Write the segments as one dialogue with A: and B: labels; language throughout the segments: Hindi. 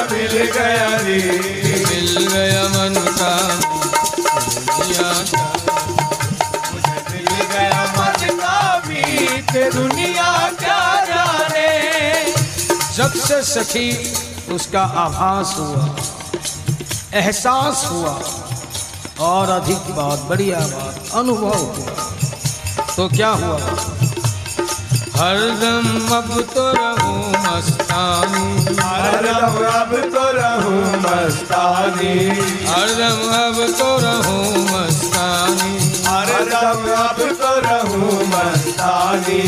A: गया रे
B: मिल गया मन का दुनिया का
A: मुझे मिल गया मन का बीत दुनिया क्या जाने जब से सखी उसका आभास हुआ एहसास हुआ और अधिक बात बढ़िया बात अनुभव हुआ तो क्या हुआ
B: हरदम अब तो रहूं मस्तानी
A: रब रब तो रहूं मस्तानी
B: हरदम अब तो रहूं मस्तानी
A: अरे रब रब तो रहूं मस्तानी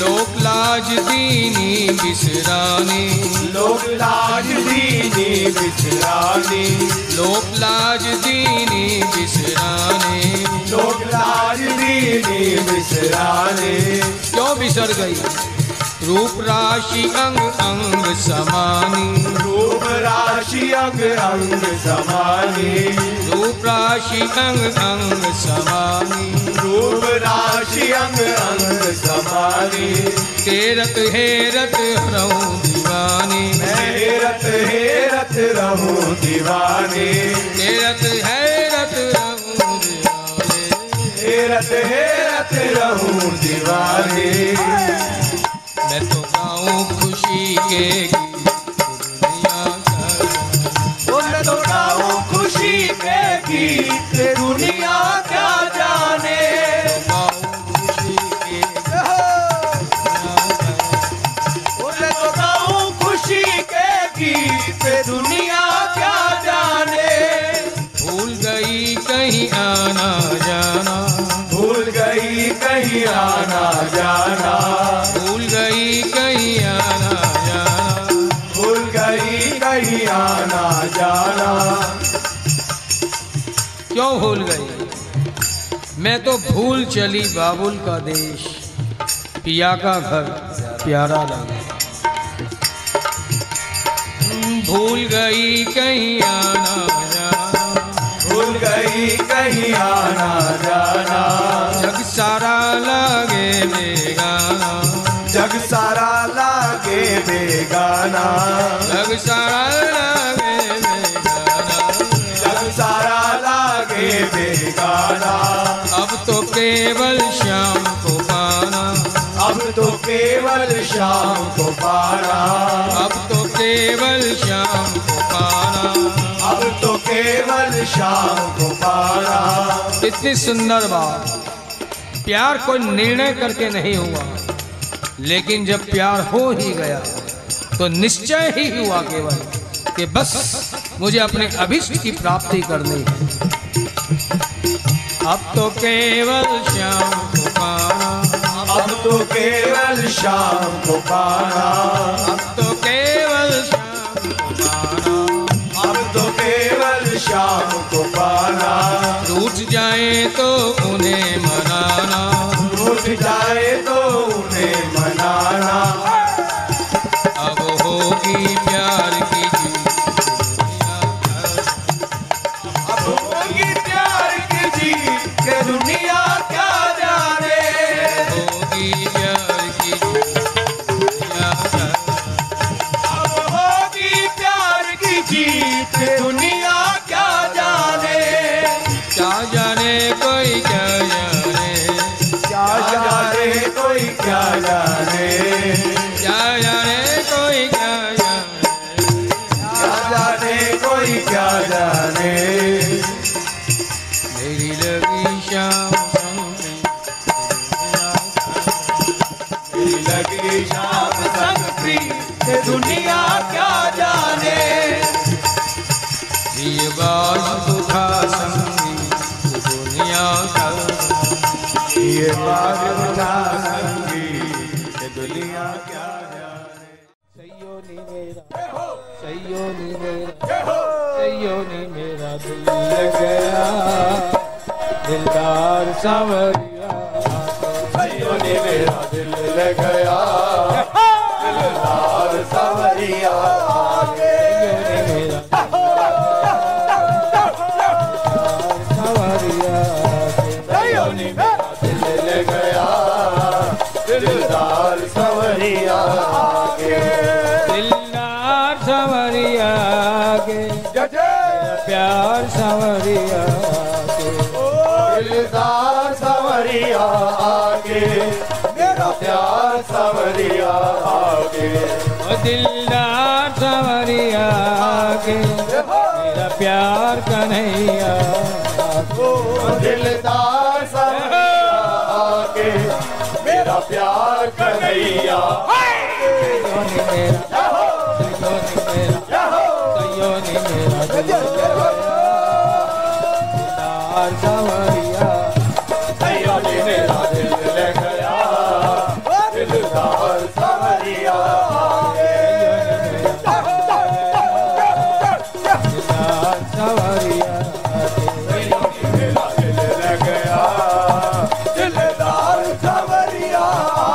B: लोक लाज दीनी बिसरानी
A: लोग लाज दीनी बिचरानी
B: लोक लाज दीनी बिसरानी
A: लोग लाज दीनी बिचरानी
B: क्यों बिसर गई रूप राशि अंग अंग समानी
A: रूप राशि अंग अंग समानी
B: रूप राशि अंग अंग समानी
A: रूप राशि अंग अंग समानी
B: तेरत हेरत रहूं दीवानी
A: हेरत हेरत रहूं दीवानी
B: तेरत हैरत रहूं दीवानी
A: हेरत हेरत रहूं दीवाने
B: मैं तो गाऊं खुशी के गीत दुनिया का
A: उन तो गाऊं खुशी के गीत दुनिया क्या जाने
B: गाऊं खुशी के गीत दुनिया का
A: उन तो गाऊं खुशी के गीत दुनिया क्या जाने
B: भूल गई कहीं आना जाना
A: भूल गई कहीं आना जाना
B: भूल गई कहीं आना जाना
A: भूल गई कहीं आना जाना
B: क्यों भूल गई मैं तो भूल चली बाबुल का देश पिया का घर प्यारा लगा भूल गई कहीं आना जाना
A: भूल गई कहीं आना जाना
B: जग सारा लगे बेगाना
A: जग सारा लागे बेगाना
B: जग सारा लगे बेगाना
A: जग सारा लागे बेगाना
B: अब तो केवल शाम को पाना
A: अब तो केवल शाम को पाना
B: अब तो केवल शाम को पाना
A: अब तो केवल शाम को पाना
B: इतनी सुंदर बात प्यार कोई निर्णय करके नहीं हुआ लेकिन जब प्यार हो ही गया तो निश्चय ही हुआ केवल कि बस मुझे अपने अभिष्ट की प्राप्ति करनी है अब तो केवल शाम को पाना
A: अब तो केवल शाम को पाना
B: अब तो केवल शाम को पाना
A: अब तो केवल शाम को पाना
B: रूठ जाए तो उन्हें मनाना
A: उठ जाए तो उन्हें मनाना
B: अब होगी प्यार की जीत
A: अब होगी प्यार की जीत के दुनिया क्या जाने
B: होगी प्यार की जीत
A: अब होगी प्यार की जीत दुनिया क्या जाने
B: क्या जाने कोई क्या जाने
A: क्या जाने कोई क्या जाने
B: क्या जाने कोई क्या जाने
A: क्या जाने कोई क्या जाने
B: मेरी लगी शाम संग में
A: मेरी लगी शाम संग प्रीत दुनिया क्या जाने
B: ये बात दुखा संगी दुनिया का
A: ये बात बता संगी ये दुनिया क्या जाने
B: सैयो नी मेरा सैयो नी मेरा सैयो नी मेरा दिल लग गया दिलदार सांवरिया
A: भाइयों ने मेरा दिल ले गया दिलदार सावरिया आगे
B: सैयो नी मेरा दिलदार सांवरिया
A: भाइयों ने मेरा दिल ले गया दिलदार सावरिया आगे
B: दिलदार सांवरिया लागे मेरा प्यार सांवरिया के
A: दिलदार सवरिया आगे मेरा प्यार सवरिया आगे
B: ओ दिलदार सांवरिया के मेरा प्यार कन्हैया
A: ओ दिलदार सवरिया आगे मेरा प्यार कन्हैया
B: कहियो नी मेरा कहियो नी मेरा कहियो नी मेरा दिलदार सांवरिया
A: कहियो नी मेरा दिल ले गया दिलदार सवरिया आगे
B: दिलदार सांवरिया के
A: कहियो नी मेरा दिल ले गया दिलदार सवरिया आगे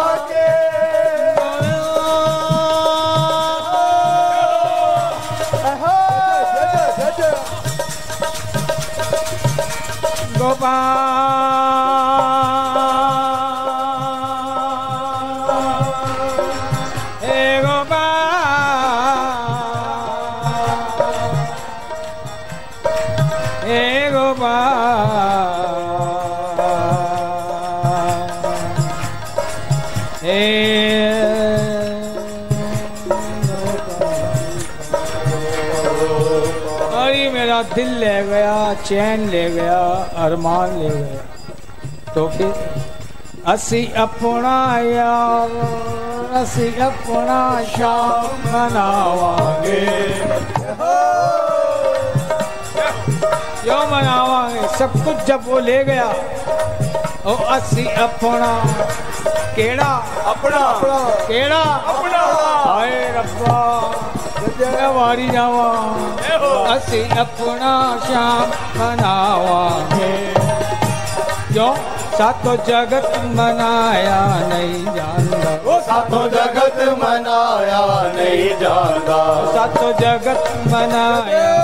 B: गोपाल हे गोपाल हे गोपाल हे अरे मेरा दिल ले गया चैन ले गया अरमान ले गया तो फिर असी अपना यार असी अपना शाम मनावांगे क्यों मनावांगे सब कुछ जब वो ले गया ओ असी अपना केड़ा
A: ਆਪਣਾ
B: केड़ा
A: ਆਪਣਾ
B: ਹਾਏ ਰੱਬਾ ਜਿਹੜਾ ਵਾਰੀ ਜਾਵਾਂ ਅਸੀਂ ਆਪਣਾ ਸ਼ਾਮ ਮਨਾਵਾਂਗੇ ਕਿਉਂ ਸਾਤੋ ਜਗਤ ਮਨਾਇਆ ਨਹੀਂ ਜਾਂਦਾ
A: ਉਹ ਸਾਥੋਂ ਜਗਤ ਮਨਾਇਆ ਨਹੀਂ ਜਾਂਦਾ
B: ਸਾਤੋ ਜਗਤ ਮਨਾਇਆ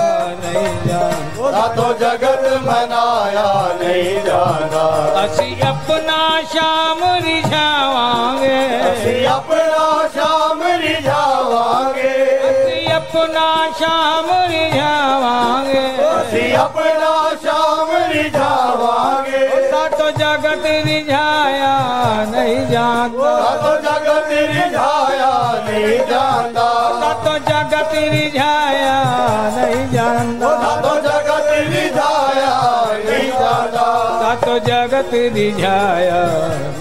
B: ਨਹੀਂ ਜਾਂਦਾ
A: ਸਾਥੋਂ ਜਗਤ ਮਨਾਇਆ ਨਹੀਂ ਜਾਂਦਾ
B: ਅਸੀਂ ਆਪਣਾ ਸ਼ਾਮ ਰਿਝਾਵਾਂਗੇ
A: ਅਸੀਂ ਆਪਣਾ ਸ਼ਾਮ ਰਿਝਾਵਾਂਗੇ
B: ਅਸੀਂ ਆਪਣਾ ਸ਼ਾਮ ਰਿਝਾਵਾਂਗੇ
A: ਅਸੀਂ ਆਪਣਾ ਸ਼ਾਮ ਰਿਝਾਵਾਂਗੇ
B: ਸਾਤੋ ਜਗਤ ਰਿਝਾਇਆ ਨਹੀਂ ਜਾਂਦਾ
A: ਸਾਥੋਂ ਜਗਤ ਰਿਝਾਇਆ ਨਹੀਂ ਜਾਂਦਾ
B: ਸਾਤੋਂ ਜਗਤ ਰਿਝਾਇਆ ਨਹੀਂ ਜਾਂਦਾ
A: ਸਾਥੋਂ ਜਗਤ ਰਿਝਾਇਆ ਨਹੀਂ ਜਾਂਦਾ
B: ਸਾਤੋਂ ਜਗਤ ਰਿਝਾਇਆ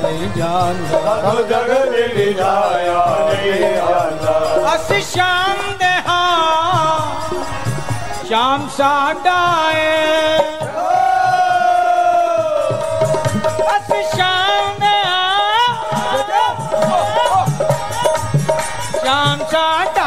B: ਨਹੀਂ ਜਾਂਦਾ
A: ਸਾਥੋਂ ਜਗਤ ਰਿਝਾਇਆ ਨਹੀਂ ਜਾਂਦਾ
B: ਅਸੀਂ ਸ਼ਾਮ ਦੇ ਹਾਂ ਸ਼ਾਮ ਸਾਡਾ ਏ ਅਸੀਂ ਸ਼ਾਮ ਦੇ ਹਾਂ ਸ਼ਾਮ ਸਾਡਾ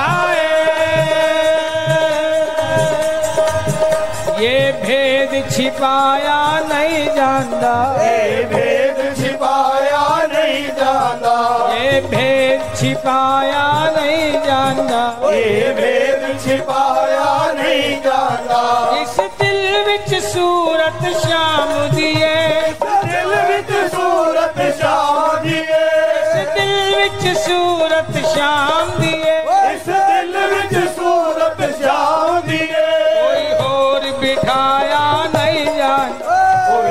B: ਏ ਇਹ ਭੇਦ ਛਿਪਾਇਆ ਨਹੀਂ ਜਾਂਦਾ
A: ਇਹ ਭੇਦ ਛਿਪਾਇਆ ਨਹੀਂ ਜਾਂਦਾ
B: ਇਹ ਭੇਦ ਛਿਪਾਇਆ ਨਹੀਂ ਜਾਂਦਾ
A: ਇਹ ਭੇਦ ਛਿਪਾਇਆ ਨਹੀਂ ਜਾਂਦਾ
B: ਇਸ ਦਿਲ ਵਿੱਚ ਸੂਰਤ ਸ਼ਾਮ ਦੀ ਏ
A: ਦਿਲ ਵਿੱਚ ਸੂਰਤ ਸ਼ਾਮ ਦੀ ਏ
B: ਇਸ ਦਿਲ ਵਿੱਚ ਸੂਰਤ ਸ਼ਾਮ ਦੀ ਏ
A: ਇਸ ਦਿਲ ਵਿੱਚ ਸੂਰਤ ਸ਼ਾਮ ਦੀ ਏ
B: ਕੋਈ ਹੋਰ ਬਿਠਾਇਆ ਨਹੀਂ ਜਾਂਦਾ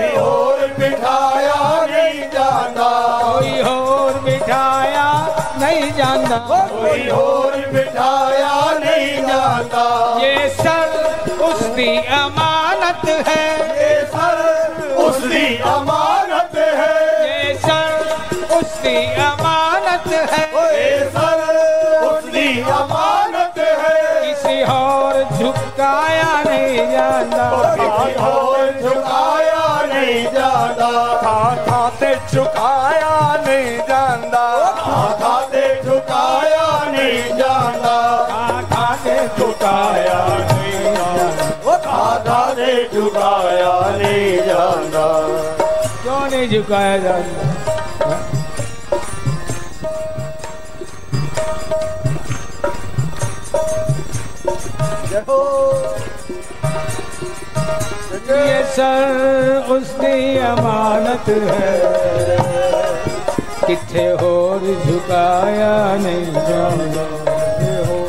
A: ਕੋਈ ਹੋਰ ਬਿਠਾਇਆ ਨਹੀਂ ਜਾਂਦਾ
B: ਕੋਈ ਹੋਰ ਬਿਠਾਇਆ ਨਹੀਂ ਜਾਂਦਾ
A: ਕੋਈ ਹੋਰ ਬਿਠਾਇਆ ਨਹੀਂ ਜਾਂਦਾ
B: ਇਹ ਸਰ ਉਸ ਦੀ ਅਮਾਨਤ ਹੈ
A: ਇਹ ਸਰ ਉਸ ਦੀ ਅਮਾਨਤ ਹੈ
B: ਇਹ ਸਰ ਉਸ ਦੀ ਅਮਾਨਤ ਹੈ
A: ਇਹ ਸਰ ਉਸ ਦੀ ਅਮਾਨਤ ਹੈ
B: ਕਿਸੇ ਹੋਰ ਝੁਕਾਇਆ ਨਹੀਂ ਜਾਂਦਾ
A: ਕੋਈ ਹੋਰ ਝੁਕਾਇਆ ਨਹੀਂ ਜਾਂਦਾ ਥਾਂ ਥਾਂ ਤੇ ਝੁਕਾਇਆ ਨਹੀਂ ਜਾਂਦਾ ਥਾਂ ਥਾਂ ਤੇ ਝੁਕਾਇਆ ਨਹੀਂ ਜਾਂਦਾ ਥਾਂ ਥਾਂ ਤੇ ਝੁਕਾਇਆ ਨਹੀਂ ਜਾਂਦਾ ਉਹ ਥਾਂ ਥਾਂ ਤੇ ਝੁਕਾਇਆ ਨਹੀਂ ਜਾਂਦਾ
B: क्यों नहीं झुकाया जाता ये सर उसकी अमानत है किथे और झुकाया नहीं जाऊंगा किथे और